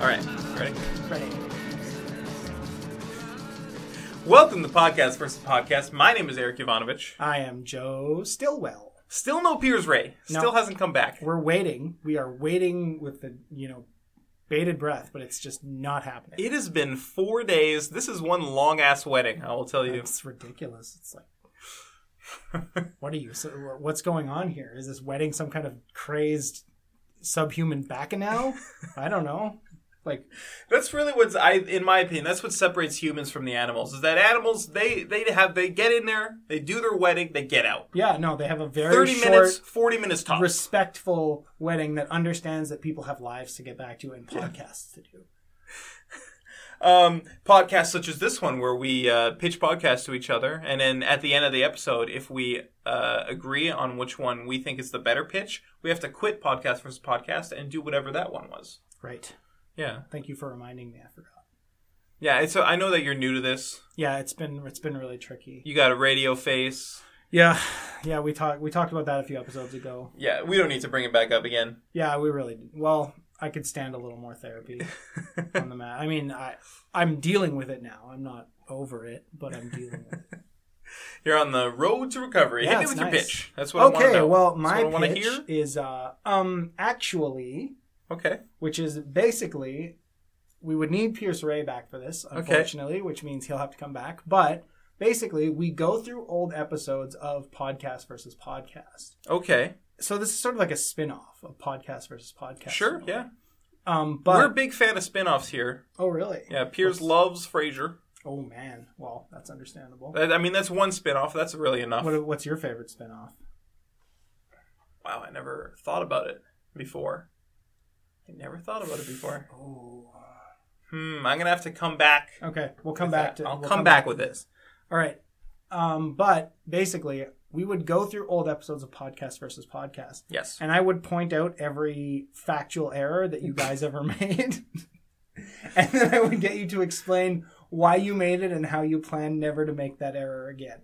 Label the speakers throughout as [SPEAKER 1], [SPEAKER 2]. [SPEAKER 1] All right, ready?
[SPEAKER 2] Ready.
[SPEAKER 1] Welcome to Podcast versus Podcast. My name is Eric Ivanovich.
[SPEAKER 2] I am Joe Stillwell.
[SPEAKER 1] Still no Piers Ray.
[SPEAKER 2] No.
[SPEAKER 1] Still hasn't come back.
[SPEAKER 2] We're waiting. We are waiting with the you know bated breath, but it's just not happening.
[SPEAKER 1] It has been four days. This is one long ass wedding. I will tell you.
[SPEAKER 2] It's ridiculous. It's like, what are you? So, what's going on here? Is this wedding some kind of crazed subhuman bacchanal? I don't know. Like
[SPEAKER 1] That's really what's I, in my opinion, that's what separates humans from the animals. Is that animals they they have they get in there, they do their wedding, they get out.
[SPEAKER 2] yeah, no, they have a very
[SPEAKER 1] Thirty
[SPEAKER 2] short,
[SPEAKER 1] minutes, forty minutes tops.
[SPEAKER 2] respectful wedding that understands that people have lives to get back to and podcasts to do.
[SPEAKER 1] um, podcasts such as this one where we uh, pitch podcasts to each other and then at the end of the episode if we uh, agree on which one we think is the better pitch we have to quit podcast versus podcast and do whatever that one was
[SPEAKER 2] Right.
[SPEAKER 1] yeah
[SPEAKER 2] Thank you for reminding me. I forgot.
[SPEAKER 1] yeah so i know that you're new to this
[SPEAKER 2] Yeah, it's been it's been really tricky.
[SPEAKER 1] you got a radio face
[SPEAKER 2] Yeah, yeah, we talked we talked about that a few episodes ago.
[SPEAKER 1] yeah we don't need to bring it back up again
[SPEAKER 2] Yeah, we really well, I could stand a little more therapy on the mat. I mean, I I'm dealing with it now. I'm not over it, but I'm dealing with it.
[SPEAKER 1] you're on the road to recovery
[SPEAKER 2] Yeah,
[SPEAKER 1] hit me
[SPEAKER 2] it's
[SPEAKER 1] with your
[SPEAKER 2] nice.
[SPEAKER 1] pitch that's what i want to
[SPEAKER 2] okay,
[SPEAKER 1] know
[SPEAKER 2] well,
[SPEAKER 1] That's
[SPEAKER 2] my
[SPEAKER 1] what I wanna
[SPEAKER 2] pitch
[SPEAKER 1] hear?
[SPEAKER 2] is uh um actually,
[SPEAKER 1] okay
[SPEAKER 2] which is basically we would need Pierce Ray back for this, unfortunately, which means he'll have to come back, but basically we go through old episodes of podcast versus podcast.
[SPEAKER 1] okay
[SPEAKER 2] so this is sort of like a spin-off of podcast versus podcast.
[SPEAKER 1] sure yeah
[SPEAKER 2] Um
[SPEAKER 1] we're a
[SPEAKER 2] but
[SPEAKER 1] big fan of spin-offs here
[SPEAKER 2] oh really?
[SPEAKER 1] yeah piers loves frasier
[SPEAKER 2] Oh man. Well, that's understandable.
[SPEAKER 1] That- i mean that's one spin-off that's really enough
[SPEAKER 2] What, what's your favorite spin-off?
[SPEAKER 1] Wow, I never thought about it before. I never thought about it before.
[SPEAKER 2] Oh.
[SPEAKER 1] Hmm, I'm gonna have to come back.
[SPEAKER 2] Okay, we'll come
[SPEAKER 1] with
[SPEAKER 2] back
[SPEAKER 1] that.
[SPEAKER 2] to
[SPEAKER 1] I'll
[SPEAKER 2] we'll
[SPEAKER 1] come, back, with
[SPEAKER 2] to
[SPEAKER 1] this.
[SPEAKER 2] All right. Um but basically we would go through old episodes of podcast versus podcast
[SPEAKER 1] Yes.
[SPEAKER 2] and I would point out every factual error that you guys ever made. and then I would get you to explain why you made it and how you plan never to make that error again.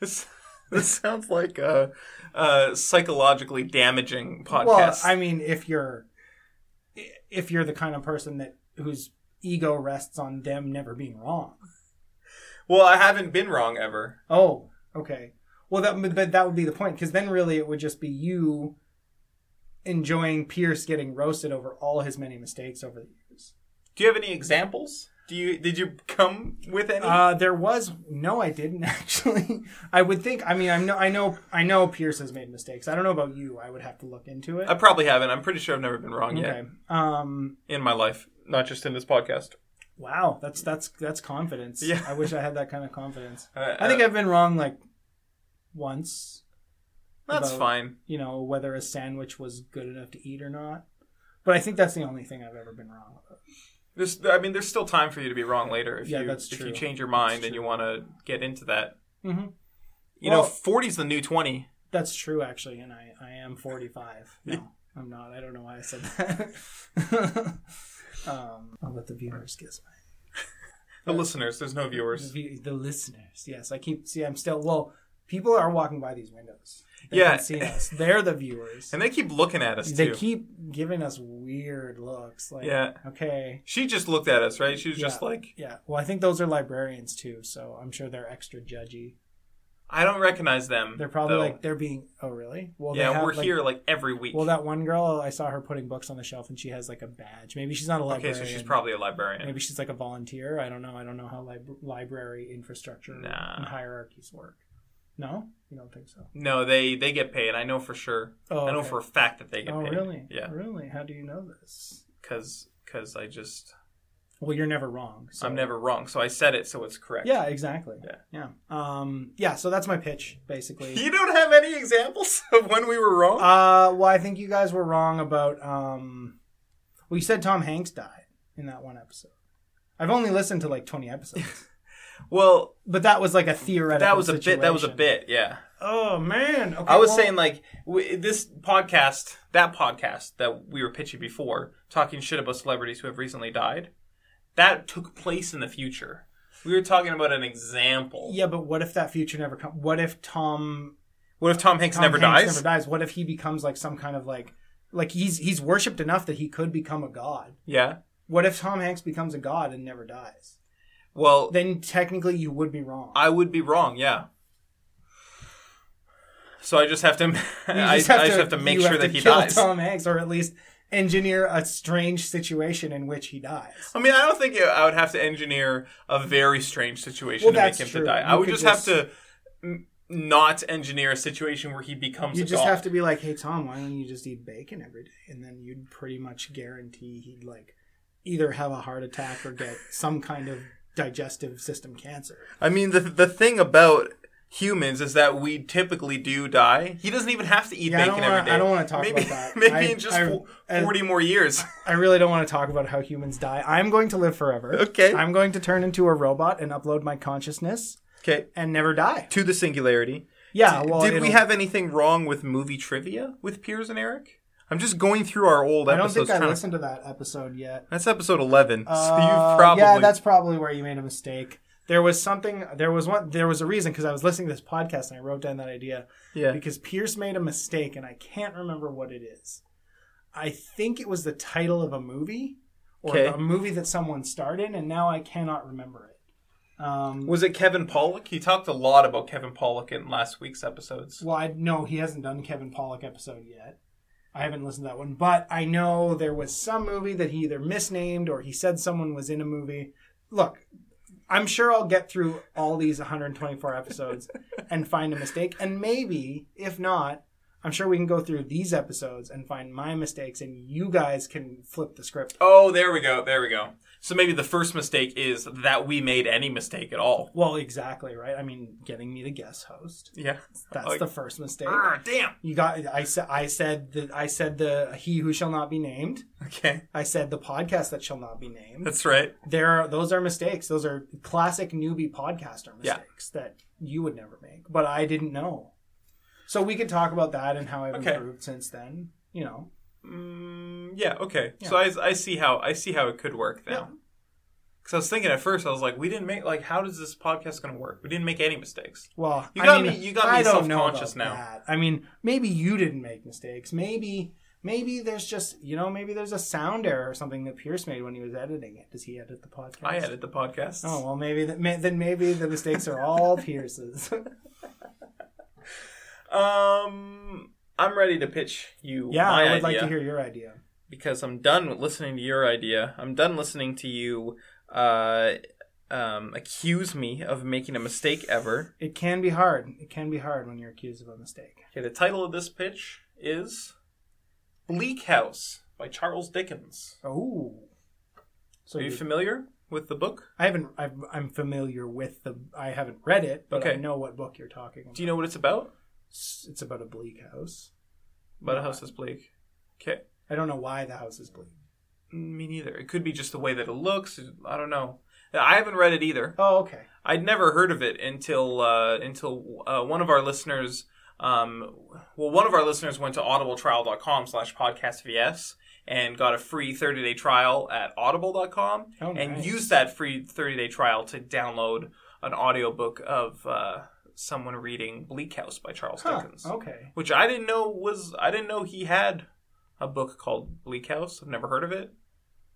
[SPEAKER 1] This, this sounds like a, a psychologically damaging podcast.
[SPEAKER 2] Well, I mean, if you're if you're the kind of person that whose ego rests on them never being wrong.
[SPEAKER 1] well, I haven't been wrong ever.
[SPEAKER 2] Oh, okay. Well, that but that would be the point because then really it would just be you enjoying Pierce getting roasted over all his many mistakes over the years.
[SPEAKER 1] Do you have any examples? Do you did you come with any?
[SPEAKER 2] Uh, there was no, I didn't actually. I would think. I mean, I know, I know, I know. Pierce has made mistakes. I don't know about you. I would have to look into it.
[SPEAKER 1] I probably haven't. I'm pretty sure I've never been wrong yet
[SPEAKER 2] Okay. Um.
[SPEAKER 1] in my life, not just in this podcast.
[SPEAKER 2] Wow. That's that's that's confidence.
[SPEAKER 1] Yeah.
[SPEAKER 2] I wish I had that kind of confidence.
[SPEAKER 1] Uh,
[SPEAKER 2] I think
[SPEAKER 1] uh,
[SPEAKER 2] I've been wrong like once,
[SPEAKER 1] that's
[SPEAKER 2] about-
[SPEAKER 1] fine.
[SPEAKER 2] you know, whether a sandwich was good enough to eat or not. But I think that's the only thing I've ever been wrong about.
[SPEAKER 1] There's, I mean, there's still time for you to be wrong later if
[SPEAKER 2] Yeah,
[SPEAKER 1] you
[SPEAKER 2] that's
[SPEAKER 1] if
[SPEAKER 2] true.
[SPEAKER 1] you change your
[SPEAKER 2] That's
[SPEAKER 1] mind and
[SPEAKER 2] true.
[SPEAKER 1] you want to get into that.
[SPEAKER 2] Mm-hmm.
[SPEAKER 1] You know,
[SPEAKER 2] Well-
[SPEAKER 1] 40's the new 20.
[SPEAKER 2] That's true, actually, and I, I am 45. No, I'm not. I don't know why I said that. um, I'll let the viewers guess.
[SPEAKER 1] The listeners, there's no
[SPEAKER 2] The,
[SPEAKER 1] viewers.
[SPEAKER 2] view- the listeners. Yes, I keep, see, I'm still, well, people are walking by these windows. They
[SPEAKER 1] Yeah.
[SPEAKER 2] can see us. They're the viewers.
[SPEAKER 1] And they keep looking at us
[SPEAKER 2] They
[SPEAKER 1] too.
[SPEAKER 2] keep giving us weird looks. Like,
[SPEAKER 1] Yeah.
[SPEAKER 2] okay,
[SPEAKER 1] She just looked at us, right? She was just
[SPEAKER 2] Yeah.
[SPEAKER 1] like,
[SPEAKER 2] Yeah, well, I think those are librarians too, so I'm sure they're extra judgy.
[SPEAKER 1] I don't recognize them.
[SPEAKER 2] They're probably
[SPEAKER 1] though.
[SPEAKER 2] like they're being. Oh, really? Well,
[SPEAKER 1] yeah,
[SPEAKER 2] they have,
[SPEAKER 1] we're
[SPEAKER 2] like-
[SPEAKER 1] here like every week.
[SPEAKER 2] Well, that one girl I saw her putting books on the shelf, and she has like a badge. Maybe she's not a
[SPEAKER 1] okay,
[SPEAKER 2] librarian.
[SPEAKER 1] so she's probably a librarian.
[SPEAKER 2] maybe she's like a volunteer. I don't know. I don't know how lib- library infrastructure
[SPEAKER 1] Nah.
[SPEAKER 2] and hierarchies work. No, you don't think so?
[SPEAKER 1] No, they they get paid. I know for sure.
[SPEAKER 2] Oh,
[SPEAKER 1] I know
[SPEAKER 2] okay.
[SPEAKER 1] for a fact that they get
[SPEAKER 2] Oh,
[SPEAKER 1] paid.
[SPEAKER 2] really?
[SPEAKER 1] Yeah,
[SPEAKER 2] really. How do you know this?
[SPEAKER 1] because because I just
[SPEAKER 2] Well, you're never wrong. So.
[SPEAKER 1] I'm never wrong. So I said it, so it's correct.
[SPEAKER 2] Yeah, exactly.
[SPEAKER 1] Yeah.
[SPEAKER 2] yeah. Um, yeah. So that's my pitch, basically.
[SPEAKER 1] You don't have any examples of when we were wrong.
[SPEAKER 2] Uh, well, I think you guys were wrong about. Um, well, you said Tom Hanks died in that one episode. I've only listened to like twenty episodes,
[SPEAKER 1] well,
[SPEAKER 2] but that was like a theoretical.
[SPEAKER 1] that was a bit. That was a bit.
[SPEAKER 2] situation.
[SPEAKER 1] Yeah.
[SPEAKER 2] Oh man, okay,
[SPEAKER 1] I was
[SPEAKER 2] well,
[SPEAKER 1] saying like w- this podcast, that podcast that we were pitching before, talking shit about celebrities who have recently died, that took place in the future. We were talking about an example.
[SPEAKER 2] Yeah, but what if that future never comes? What if Tom,
[SPEAKER 1] What if Tom Hanks
[SPEAKER 2] Tom
[SPEAKER 1] never
[SPEAKER 2] Hanks
[SPEAKER 1] dies?
[SPEAKER 2] Never dies. What if he becomes like some kind of like like he's he's worshipped enough that he could become a god.
[SPEAKER 1] Yeah.
[SPEAKER 2] What if Tom Hanks becomes a god and never dies?
[SPEAKER 1] Well,
[SPEAKER 2] Then technically you would be wrong.
[SPEAKER 1] I would be wrong. Yeah. So I just have to. I,
[SPEAKER 2] just
[SPEAKER 1] I just have to make
[SPEAKER 2] you
[SPEAKER 1] sure
[SPEAKER 2] have
[SPEAKER 1] that
[SPEAKER 2] to
[SPEAKER 1] he
[SPEAKER 2] kill
[SPEAKER 1] dies.
[SPEAKER 2] Tom Hanks, or at least engineer a strange situation in which he dies.
[SPEAKER 1] I mean, I don't think I would have to engineer a very strange situation
[SPEAKER 2] Well,
[SPEAKER 1] to make
[SPEAKER 2] that's
[SPEAKER 1] him to
[SPEAKER 2] true.
[SPEAKER 1] die.
[SPEAKER 2] You
[SPEAKER 1] I would
[SPEAKER 2] could
[SPEAKER 1] just,
[SPEAKER 2] just-
[SPEAKER 1] have to n- not engineer a situation where he becomes
[SPEAKER 2] You
[SPEAKER 1] a
[SPEAKER 2] just
[SPEAKER 1] god.
[SPEAKER 2] have to be like, hey Tom, why don't you just eat bacon every day? And then you'd pretty much guarantee he'd like either have a heart attack or get some kind of digestive system cancer.
[SPEAKER 1] I mean, the the thing about humans is that we typically do die. He doesn't even have to eat
[SPEAKER 2] Yeah, I
[SPEAKER 1] bacon
[SPEAKER 2] don't wanna-
[SPEAKER 1] every day.
[SPEAKER 2] I don't wanna talk
[SPEAKER 1] maybe,
[SPEAKER 2] about that.
[SPEAKER 1] Maybe
[SPEAKER 2] I-
[SPEAKER 1] in just
[SPEAKER 2] I-
[SPEAKER 1] fo-
[SPEAKER 2] I-
[SPEAKER 1] forty more years.
[SPEAKER 2] I really don't want to talk about how humans die. I'm going to live forever.
[SPEAKER 1] Okay.
[SPEAKER 2] I'm going to turn into a robot and upload my consciousness
[SPEAKER 1] okay,
[SPEAKER 2] and never die.
[SPEAKER 1] to the singularity.
[SPEAKER 2] Yeah, well,
[SPEAKER 1] Did we
[SPEAKER 2] it'll-
[SPEAKER 1] have anything wrong with movie trivia with Piers and Eric? I'm just going through our old
[SPEAKER 2] I don't
[SPEAKER 1] episodes.
[SPEAKER 2] think I
[SPEAKER 1] trying to-
[SPEAKER 2] listened to that episode yet.
[SPEAKER 1] That's episode eleven. so
[SPEAKER 2] Uh,
[SPEAKER 1] you probably
[SPEAKER 2] yeah, that's probably where you made a mistake. There was something. There was one. There was a reason because I was listening to this podcast and I wrote down that idea
[SPEAKER 1] yeah.
[SPEAKER 2] because Pierce made a mistake and I can't remember what it is. I think it was the title of a movie or
[SPEAKER 1] Okay.
[SPEAKER 2] a movie that someone starred in, and now I cannot remember it. Um,
[SPEAKER 1] Was it Kevin Pollock? He talked a lot about Kevin Pollock in last week's episodes.
[SPEAKER 2] Well, I, no, he hasn't done Kevin Pollock episode yet. I haven't listened to that one, but I know there was some movie that he either misnamed or he said someone was in a movie. Look, I'm sure I'll get through all these 124 episodes and find a mistake, and maybe if not, I'm sure we can go through these episodes and find my mistakes, and you guys can flip the script.
[SPEAKER 1] Oh, there we go. There we go. So maybe the first mistake is that we made any mistake at all.
[SPEAKER 2] Well, exactly right. I mean, getting me to guest host.
[SPEAKER 1] Yeah.
[SPEAKER 2] That's
[SPEAKER 1] Like, ah.
[SPEAKER 2] the first mistake.
[SPEAKER 1] "Arr, damn.
[SPEAKER 2] You got. I said. I said that. I said the he who shall not be named.
[SPEAKER 1] Okay.
[SPEAKER 2] I said the podcast that shall not be named.
[SPEAKER 1] That's right.
[SPEAKER 2] There are those are mistakes. Those are classic newbie podcaster
[SPEAKER 1] Yeah.
[SPEAKER 2] mistakes that you would never make, but I didn't know. So we could talk about that and how I've
[SPEAKER 1] Okay.
[SPEAKER 2] improved since then. You know,
[SPEAKER 1] Mm, yeah. Okay. So I, I see how I see how it could work now.
[SPEAKER 2] Yeah.
[SPEAKER 1] Because I was thinking at first, I was like, we didn't make like, how does this podcast going to work? We didn't make any mistakes.
[SPEAKER 2] well,
[SPEAKER 1] You
[SPEAKER 2] I
[SPEAKER 1] got
[SPEAKER 2] mean,
[SPEAKER 1] me- you got me
[SPEAKER 2] I don't know
[SPEAKER 1] self-conscious
[SPEAKER 2] about
[SPEAKER 1] now.
[SPEAKER 2] that. I mean, maybe you didn't make mistakes. Maybe maybe there's just you know maybe there's a sound error or something that Pierce made when he was editing it. Does he edit the podcast?
[SPEAKER 1] I edit the podcast.
[SPEAKER 2] Oh well, maybe that, may, then maybe the mistakes are all Pierce's.
[SPEAKER 1] Um, I'm ready to pitch you.
[SPEAKER 2] yeah,
[SPEAKER 1] my
[SPEAKER 2] I would
[SPEAKER 1] idea.
[SPEAKER 2] like to hear your idea.
[SPEAKER 1] because I'm done with listening to your idea. I'm done listening to you uh, um, accuse me of making a mistake ever.
[SPEAKER 2] It can be hard. It can be hard when you're accused of a mistake.
[SPEAKER 1] Okay, the title of this pitch is Bleak House by Charles Dickens.
[SPEAKER 2] Oh, so
[SPEAKER 1] Are you
[SPEAKER 2] you-
[SPEAKER 1] familiar with the book?
[SPEAKER 2] I haven't. I've, I'm familiar with the. I haven't read it, but I
[SPEAKER 1] Okay.
[SPEAKER 2] know what book you're talking about.
[SPEAKER 1] Do you know what it's about?
[SPEAKER 2] It's it's about a bleak house.
[SPEAKER 1] About a
[SPEAKER 2] No.
[SPEAKER 1] house that's bleak. Okay,
[SPEAKER 2] I don't know why the house is bleak.
[SPEAKER 1] me neither. It could be just the way that it looks. I don't know. I haven't read it either.
[SPEAKER 2] Oh, okay.
[SPEAKER 1] I'd never heard of it until uh, until uh, one of our listeners. Um, well, one of our listeners went to audibletrial.com slash podcastvs and got a free 30-day trial at audible.com
[SPEAKER 2] Oh,
[SPEAKER 1] and
[SPEAKER 2] nice.
[SPEAKER 1] used that free 30-day trial to download an audiobook of uh, someone reading Bleak House by Charles
[SPEAKER 2] Huh,
[SPEAKER 1] Dickens,
[SPEAKER 2] okay.
[SPEAKER 1] which I didn't know was I didn't know he had a book called Bleak House. I've never heard of it.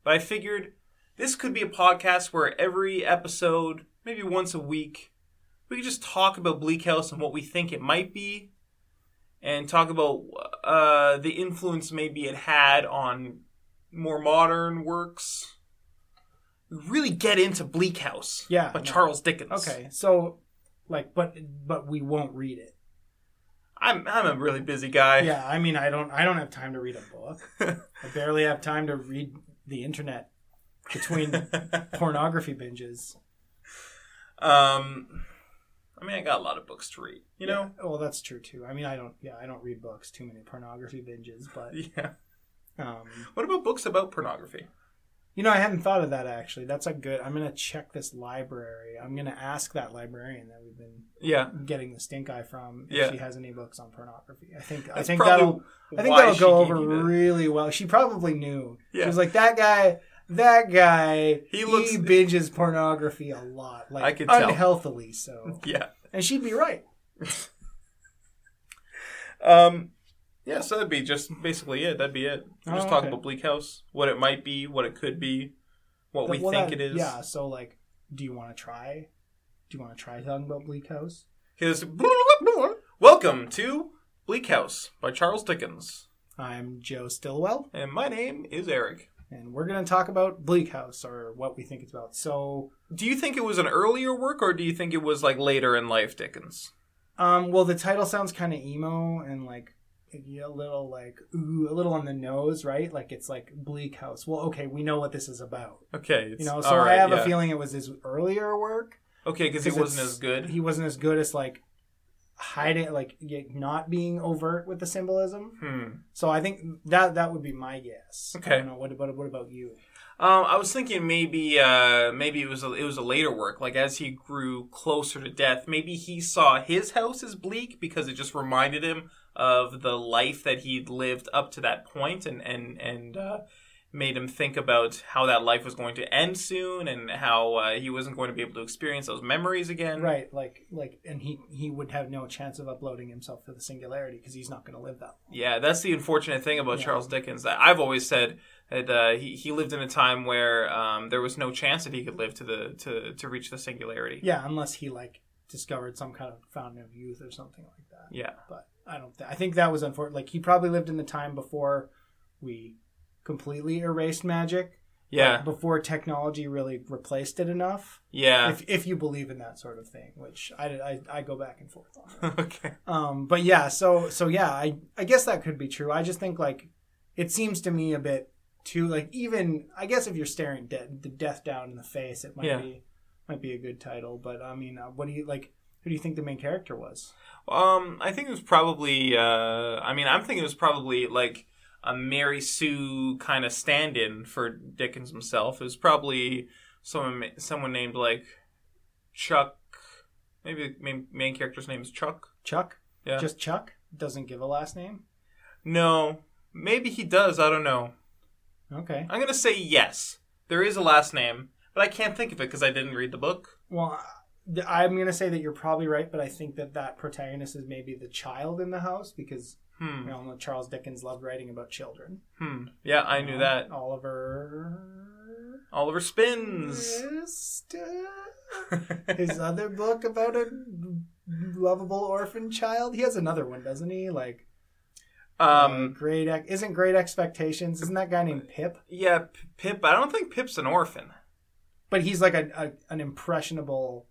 [SPEAKER 1] But I figured this could be a podcast where every episode, maybe once a week, we could just talk about Bleak House and what we think it might be, and talk about uh, the influence maybe it had on more modern works. We really get into Bleak House,
[SPEAKER 2] Yeah,
[SPEAKER 1] by
[SPEAKER 2] no.
[SPEAKER 1] Charles Dickens.
[SPEAKER 2] Okay. So, like, but but we won't read it.
[SPEAKER 1] I'm I'm a really busy guy.
[SPEAKER 2] Yeah. I mean, I don't. I don't have time to read a book. I barely have time to read the internet between pornography binges.
[SPEAKER 1] um, I mean, I got a lot of books to read. You know.
[SPEAKER 2] Yeah, well that's true too i mean i don't yeah i don't read books too many pornography binges but
[SPEAKER 1] yeah.
[SPEAKER 2] um
[SPEAKER 1] What about books about pornography?
[SPEAKER 2] you know i hadn't thought of that actually that's a good i'm gonna check this library i'm gonna ask that librarian that we've been
[SPEAKER 1] Yeah.
[SPEAKER 2] getting the stink eye from if
[SPEAKER 1] Yeah.
[SPEAKER 2] she has any books on pornography i think i
[SPEAKER 1] That's
[SPEAKER 2] think
[SPEAKER 1] probably
[SPEAKER 2] that'll i think
[SPEAKER 1] why
[SPEAKER 2] that'll
[SPEAKER 1] she
[SPEAKER 2] go
[SPEAKER 1] gave
[SPEAKER 2] over
[SPEAKER 1] you that.
[SPEAKER 2] really well she probably knew she
[SPEAKER 1] Yeah.
[SPEAKER 2] was like that guy that guy
[SPEAKER 1] He looks-
[SPEAKER 2] he binges pornography a lot like
[SPEAKER 1] I could tell.
[SPEAKER 2] unhealthily so
[SPEAKER 1] Yeah.
[SPEAKER 2] and she'd be right
[SPEAKER 1] Um, Yeah, so that'd be just basically it. That'd be it. We're just
[SPEAKER 2] Oh,
[SPEAKER 1] talking
[SPEAKER 2] okay.
[SPEAKER 1] about Bleak House, what it might be, what it could be, what we
[SPEAKER 2] Well,
[SPEAKER 1] think
[SPEAKER 2] that-
[SPEAKER 1] it is.
[SPEAKER 2] Yeah. So like, do you want to try? Do you want to try talking about Bleak House?
[SPEAKER 1] Here's Welcome to Bleak House by Charles Dickens.
[SPEAKER 2] I'm Joe Stillwell,
[SPEAKER 1] And my name is Eric.
[SPEAKER 2] and we're gonna talk about Bleak House or what we think it's about. So,
[SPEAKER 1] Do you think it was an earlier work or do you think it was like later in life Dickens?
[SPEAKER 2] um, well, the title sounds kind of emo and like a little like ooh, a little on the nose, right? Like it's like Bleak House. Well, okay, we know what this is about.
[SPEAKER 1] Okay, it's,
[SPEAKER 2] You know, so
[SPEAKER 1] all right,
[SPEAKER 2] I have
[SPEAKER 1] yeah.
[SPEAKER 2] a feeling it was his earlier work.
[SPEAKER 1] Okay, because it
[SPEAKER 2] because
[SPEAKER 1] wasn't
[SPEAKER 2] it's-
[SPEAKER 1] as good.
[SPEAKER 2] He wasn't as good as like hiding, like y- not being overt with the symbolism.
[SPEAKER 1] Hmm.
[SPEAKER 2] So I think that that would be my guess.
[SPEAKER 1] Okay.
[SPEAKER 2] I don't know. What about what about you?
[SPEAKER 1] Um, I was thinking maybe uh, maybe it was a, it was a later work. Like as he grew closer to death, maybe he saw his house as bleak because it just reminded him of the life that he'd lived up to that point, and and and uh, made him think about how that life was going to end soon, and how uh, he wasn't going to be able to experience those memories again.
[SPEAKER 2] Right. Like like, and he he would have no chance of uploading himself to the singularity because he's not going to live that. Long.
[SPEAKER 1] Yeah, that's the unfortunate thing about
[SPEAKER 2] Yeah.
[SPEAKER 1] Charles Dickens. That I've always said that uh, he he lived in a time where um, there was no chance that he could live to the to to reach the singularity.
[SPEAKER 2] Yeah, unless he like discovered some kind of fountain of youth or something like that.
[SPEAKER 1] yeah.
[SPEAKER 2] But I don't. Th- I think that was unfortunate. Like he probably lived in the time before we completely erased magic.
[SPEAKER 1] Yeah,
[SPEAKER 2] like, before technology really replaced it enough.
[SPEAKER 1] yeah.
[SPEAKER 2] If if you believe in that sort of thing, which I I, I go back and forth on.
[SPEAKER 1] okay.
[SPEAKER 2] um but yeah so so yeah i i guess that could be true i just think like it seems to me a bit too like even i guess if you're staring de- the death down in the face it might
[SPEAKER 1] Yeah.
[SPEAKER 2] be might be a good title but i mean uh, what do you like who do you think the main character was
[SPEAKER 1] Um, I think it was probably. Uh, I mean, I'm thinking it was probably like a Mary Sue kind of stand-in for Dickens himself. It was probably someone someone named like Chuck. Maybe the main, main character's name is Chuck.
[SPEAKER 2] chuck
[SPEAKER 1] Yeah.
[SPEAKER 2] just chuck doesn't give a last name
[SPEAKER 1] No, maybe he does. I don't know.
[SPEAKER 2] okay
[SPEAKER 1] I'm gonna say yes. There is a last name, but I can't think of it because I didn't read the book.
[SPEAKER 2] well th- i'm gonna say that you're probably right but i think that that protagonist is maybe the child in the house because
[SPEAKER 1] Hmm.
[SPEAKER 2] we all know charles dickens loved writing about children
[SPEAKER 1] Hmm. Yeah, I knew that.
[SPEAKER 2] oliver
[SPEAKER 1] Oliver spins.
[SPEAKER 2] His other book about a lovable orphan child. He has another one, doesn't he? Like uh,
[SPEAKER 1] um.
[SPEAKER 2] great Ex- isn't Great Expectations? Isn't that guy named Pip?
[SPEAKER 1] Yeah, P- Pip. I don't think Pip's an orphan.
[SPEAKER 2] But he's like a, a an impressionable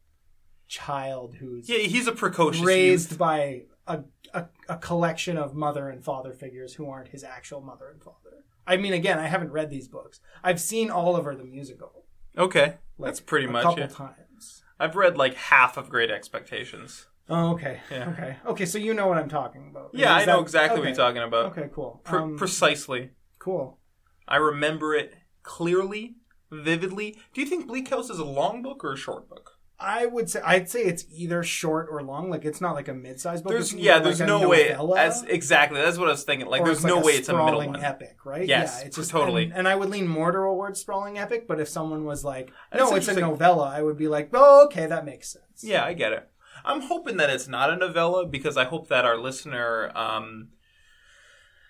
[SPEAKER 2] child who's
[SPEAKER 1] Yeah, he's a precocious
[SPEAKER 2] raised
[SPEAKER 1] youth.
[SPEAKER 2] by a, a a collection of mother and father figures who aren't his actual mother and father. I mean, again, I haven't read these books. I've seen Oliver the musical.
[SPEAKER 1] Okay,
[SPEAKER 2] like,
[SPEAKER 1] that's pretty
[SPEAKER 2] a
[SPEAKER 1] much
[SPEAKER 2] couple
[SPEAKER 1] it.
[SPEAKER 2] times.
[SPEAKER 1] I've read like half of Great Expectations.
[SPEAKER 2] Oh, okay.
[SPEAKER 1] Yeah.
[SPEAKER 2] Okay. Okay. So you know what I'm talking about.
[SPEAKER 1] Yeah,
[SPEAKER 2] Is
[SPEAKER 1] I know
[SPEAKER 2] that-
[SPEAKER 1] exactly what
[SPEAKER 2] okay.
[SPEAKER 1] you're talking about.
[SPEAKER 2] Okay. Cool.
[SPEAKER 1] Pre-
[SPEAKER 2] um,
[SPEAKER 1] precisely.
[SPEAKER 2] cool.
[SPEAKER 1] I remember it clearly, vividly. Do you think Bleak House is a long book or a short book?
[SPEAKER 2] I would say I'd say it's either short or long. Like it's not like a mid-sized book.
[SPEAKER 1] There's
[SPEAKER 2] It's
[SPEAKER 1] yeah,
[SPEAKER 2] either
[SPEAKER 1] there's
[SPEAKER 2] like a
[SPEAKER 1] no way.
[SPEAKER 2] novella,
[SPEAKER 1] That's exactly that's what I was thinking. Like
[SPEAKER 2] or
[SPEAKER 1] there's no
[SPEAKER 2] like a
[SPEAKER 1] way it's a middle
[SPEAKER 2] sprawling
[SPEAKER 1] one.
[SPEAKER 2] epic, right?
[SPEAKER 1] Yes,
[SPEAKER 2] yeah, it's just
[SPEAKER 1] totally.
[SPEAKER 2] And, and I would lean more towards sprawling epic. But if someone was like,
[SPEAKER 1] That's
[SPEAKER 2] no, it's a
[SPEAKER 1] interesting.
[SPEAKER 2] novella, I would be like, oh, okay, that makes sense.
[SPEAKER 1] Yeah, I get it. I'm hoping that it's not a novella because I hope that our listener, um,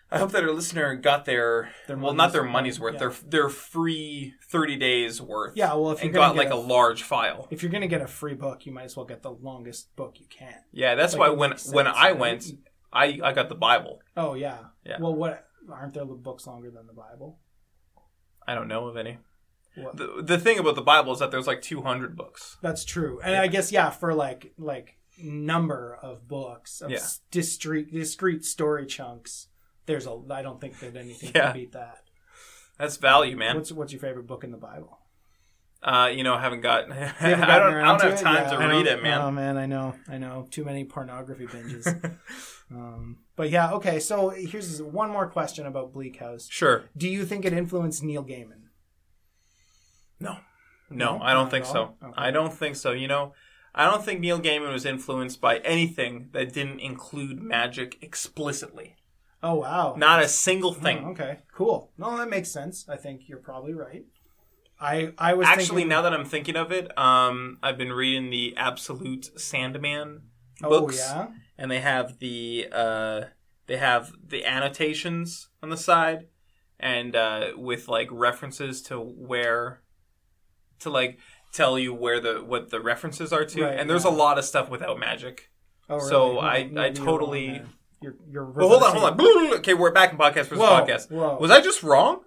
[SPEAKER 1] I hope that our listener got their,
[SPEAKER 2] Their
[SPEAKER 1] well,
[SPEAKER 2] money's
[SPEAKER 1] not their
[SPEAKER 2] worth,
[SPEAKER 1] money's worth,
[SPEAKER 2] yeah.
[SPEAKER 1] their their free thirty days worth.
[SPEAKER 2] Yeah, well, if you're
[SPEAKER 1] and
[SPEAKER 2] gonna
[SPEAKER 1] got like
[SPEAKER 2] get
[SPEAKER 1] a,
[SPEAKER 2] a-
[SPEAKER 1] large file.
[SPEAKER 2] If you're gonna get a free book, you might as well get the longest book you can.
[SPEAKER 1] Yeah, that's
[SPEAKER 2] like,
[SPEAKER 1] why
[SPEAKER 2] it
[SPEAKER 1] when
[SPEAKER 2] makes
[SPEAKER 1] when
[SPEAKER 2] sense,
[SPEAKER 1] I
[SPEAKER 2] right?
[SPEAKER 1] went, I I got the Bible.
[SPEAKER 2] Oh yeah.
[SPEAKER 1] Yeah.
[SPEAKER 2] Well, what aren't there books longer than the Bible?
[SPEAKER 1] I don't know of any.
[SPEAKER 2] What?
[SPEAKER 1] The, the thing about the Bible is that there's like 200 books.
[SPEAKER 2] That's true, and
[SPEAKER 1] Yeah.
[SPEAKER 2] I guess yeah, for like like number of books of
[SPEAKER 1] Yeah.
[SPEAKER 2] s- discrete discrete story chunks. There's a I don't think that anything
[SPEAKER 1] Yeah.
[SPEAKER 2] can beat that.
[SPEAKER 1] That's value, man.
[SPEAKER 2] What's what's your favorite book in the Bible?
[SPEAKER 1] Uh, you know, I haven't got. I
[SPEAKER 2] You
[SPEAKER 1] don't.
[SPEAKER 2] haven't
[SPEAKER 1] I
[SPEAKER 2] gotten
[SPEAKER 1] don't
[SPEAKER 2] around
[SPEAKER 1] have time
[SPEAKER 2] Yeah,
[SPEAKER 1] to
[SPEAKER 2] I
[SPEAKER 1] read
[SPEAKER 2] don't-
[SPEAKER 1] it, man.
[SPEAKER 2] Oh man, I know, I know. Too many pornography binges. um, but yeah, okay. So here's one more question about Bleak House.
[SPEAKER 1] sure.
[SPEAKER 2] Do you think it influenced Neil Gaiman?
[SPEAKER 1] No. No,
[SPEAKER 2] No?
[SPEAKER 1] I don't
[SPEAKER 2] Not
[SPEAKER 1] think
[SPEAKER 2] at
[SPEAKER 1] so.
[SPEAKER 2] all? Okay.
[SPEAKER 1] I don't think so. You know, I don't think Neil Gaiman was influenced by anything that didn't include magic explicitly.
[SPEAKER 2] Oh wow,
[SPEAKER 1] Not a single thing.
[SPEAKER 2] Oh, okay, cool. No, that makes sense. I think you're probably right. I I was
[SPEAKER 1] Actually,
[SPEAKER 2] thinking,
[SPEAKER 1] now that I'm thinking of it, um, I've been reading the Absolute Sandman
[SPEAKER 2] oh
[SPEAKER 1] books,
[SPEAKER 2] yeah.
[SPEAKER 1] and they have the uh, They have the annotations on the side, and uh, with like references to where, to like tell you where the what the references are to.
[SPEAKER 2] Right,
[SPEAKER 1] and there's
[SPEAKER 2] yeah.
[SPEAKER 1] a lot of stuff without magic.
[SPEAKER 2] Oh, really?
[SPEAKER 1] So I-
[SPEAKER 2] Maybe-
[SPEAKER 1] I
[SPEAKER 2] maybe you're wrong
[SPEAKER 1] totally-
[SPEAKER 2] there. You're, you're
[SPEAKER 1] Well, hold on, hold on. Blah, blah, blah. Okay, we're back in podcast versus
[SPEAKER 2] Whoa,
[SPEAKER 1] podcast.
[SPEAKER 2] whoa.
[SPEAKER 1] Was I just wrong?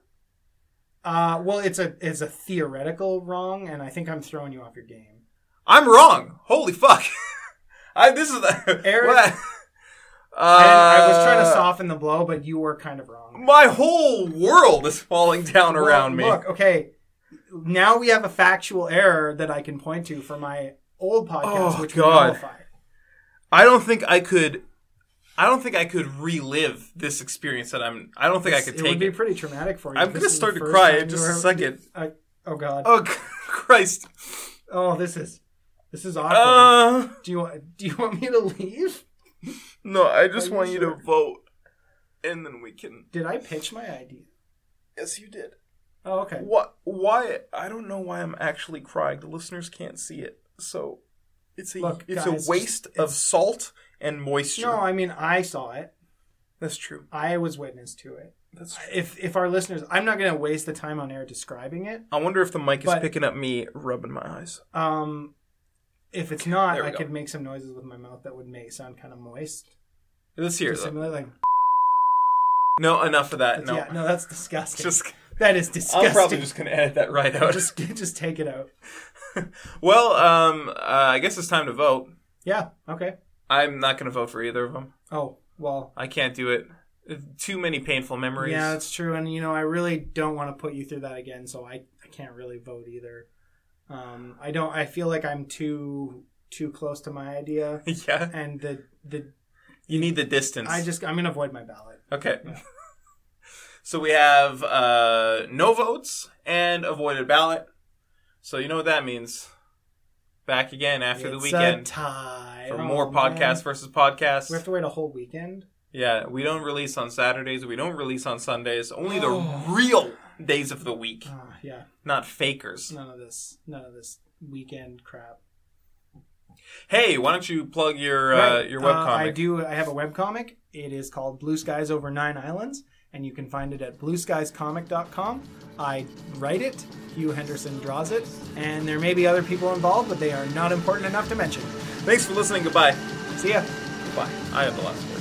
[SPEAKER 2] Uh, well, it's a it's a theoretical wrong, and I think I'm throwing you off your game.
[SPEAKER 1] I'm wrong. Holy fuck. I this is the
[SPEAKER 2] Eric-
[SPEAKER 1] what?
[SPEAKER 2] I, I was trying to
[SPEAKER 1] Uh,
[SPEAKER 2] soften the blow, but you were kind of wrong.
[SPEAKER 1] My whole world is falling down
[SPEAKER 2] Well,
[SPEAKER 1] around me.
[SPEAKER 2] Look, okay. Now we have a factual error that I can point to for my old podcast,
[SPEAKER 1] Oh,
[SPEAKER 2] which
[SPEAKER 1] God.
[SPEAKER 2] we nullify.
[SPEAKER 1] I don't think I could. I don't think I could relive this experience that I'm. I don't think I could
[SPEAKER 2] it would
[SPEAKER 1] take
[SPEAKER 2] be
[SPEAKER 1] it.
[SPEAKER 2] pretty traumatic for you.
[SPEAKER 1] I'm
[SPEAKER 2] This
[SPEAKER 1] gonna
[SPEAKER 2] is the
[SPEAKER 1] start to
[SPEAKER 2] first
[SPEAKER 1] cry
[SPEAKER 2] time
[SPEAKER 1] in just
[SPEAKER 2] you
[SPEAKER 1] a
[SPEAKER 2] ever-
[SPEAKER 1] second.
[SPEAKER 2] I, oh God. Oh.
[SPEAKER 1] Oh Christ!
[SPEAKER 2] this is this is awkward.
[SPEAKER 1] Uh,
[SPEAKER 2] do you want do you want me to leave?
[SPEAKER 1] no, I just
[SPEAKER 2] Are you
[SPEAKER 1] want you to
[SPEAKER 2] sure?
[SPEAKER 1] vote, and then we can.
[SPEAKER 2] Did I pitch my idea?
[SPEAKER 1] Yes, you did.
[SPEAKER 2] Oh, okay.
[SPEAKER 1] What? Why? I don't know why I'm actually crying. The listeners can't see it, so it's a
[SPEAKER 2] Look,
[SPEAKER 1] it's
[SPEAKER 2] guys,
[SPEAKER 1] a waste of salt and moisture.
[SPEAKER 2] No, I mean I saw it.
[SPEAKER 1] That's true.
[SPEAKER 2] I was witness to it.
[SPEAKER 1] That's true.
[SPEAKER 2] If if our listeners, I'm not going to waste the time on air describing it.
[SPEAKER 1] I wonder if the mic is
[SPEAKER 2] But-
[SPEAKER 1] picking up me rubbing my eyes.
[SPEAKER 2] Um, if it's not,
[SPEAKER 1] There we
[SPEAKER 2] I
[SPEAKER 1] go.
[SPEAKER 2] could make some noises with my mouth that would make sound kind of moist.
[SPEAKER 1] Let's hear
[SPEAKER 2] To
[SPEAKER 1] it. though.
[SPEAKER 2] simulate, like,
[SPEAKER 1] No, enough of that. No,
[SPEAKER 2] yeah, no, that's disgusting.
[SPEAKER 1] just
[SPEAKER 2] that is disgusting.
[SPEAKER 1] I'm probably just gonna edit that right out.
[SPEAKER 2] just just take it out.
[SPEAKER 1] well, um, uh, I guess it's time to vote.
[SPEAKER 2] Yeah. Okay.
[SPEAKER 1] I'm not gonna vote for either of them.
[SPEAKER 2] Oh well.
[SPEAKER 1] I can't do it. Too many painful memories.
[SPEAKER 2] Yeah, that's true. And you know, I really don't want to put you through that again, so I I can't really vote either. Um, I don't. I feel like I'm too too close to my idea,
[SPEAKER 1] yeah.
[SPEAKER 2] and the the
[SPEAKER 1] You need the distance.
[SPEAKER 2] I just I'm gonna avoid my ballot.
[SPEAKER 1] Okay.
[SPEAKER 2] Yeah.
[SPEAKER 1] so we have uh, no votes and avoided ballot. So you know what that means. Back again after the
[SPEAKER 2] It's a
[SPEAKER 1] weekend
[SPEAKER 2] tie.
[SPEAKER 1] for
[SPEAKER 2] Oh,
[SPEAKER 1] more
[SPEAKER 2] man.
[SPEAKER 1] podcast versus podcast.
[SPEAKER 2] We have to wait a whole weekend.
[SPEAKER 1] Yeah, we don't release on Saturdays. We don't release on Sundays. Only the
[SPEAKER 2] Oh.
[SPEAKER 1] real days of the week,
[SPEAKER 2] Uh, yeah,
[SPEAKER 1] not fakers.
[SPEAKER 2] none of this, none of this weekend crap.
[SPEAKER 1] Hey, why don't you plug your uh,
[SPEAKER 2] Right.
[SPEAKER 1] your
[SPEAKER 2] Uh, I
[SPEAKER 1] webcomic?
[SPEAKER 2] do. I have a webcomic. It is called Blue Skies Over Nine Islands, and you can find it at blueskiescomic.com. I write it. Hugh Henderson draws it, and there may be other people involved, but they are not important enough to mention.
[SPEAKER 1] Thanks for listening. Goodbye.
[SPEAKER 2] See ya.
[SPEAKER 1] Goodbye. I have the last word.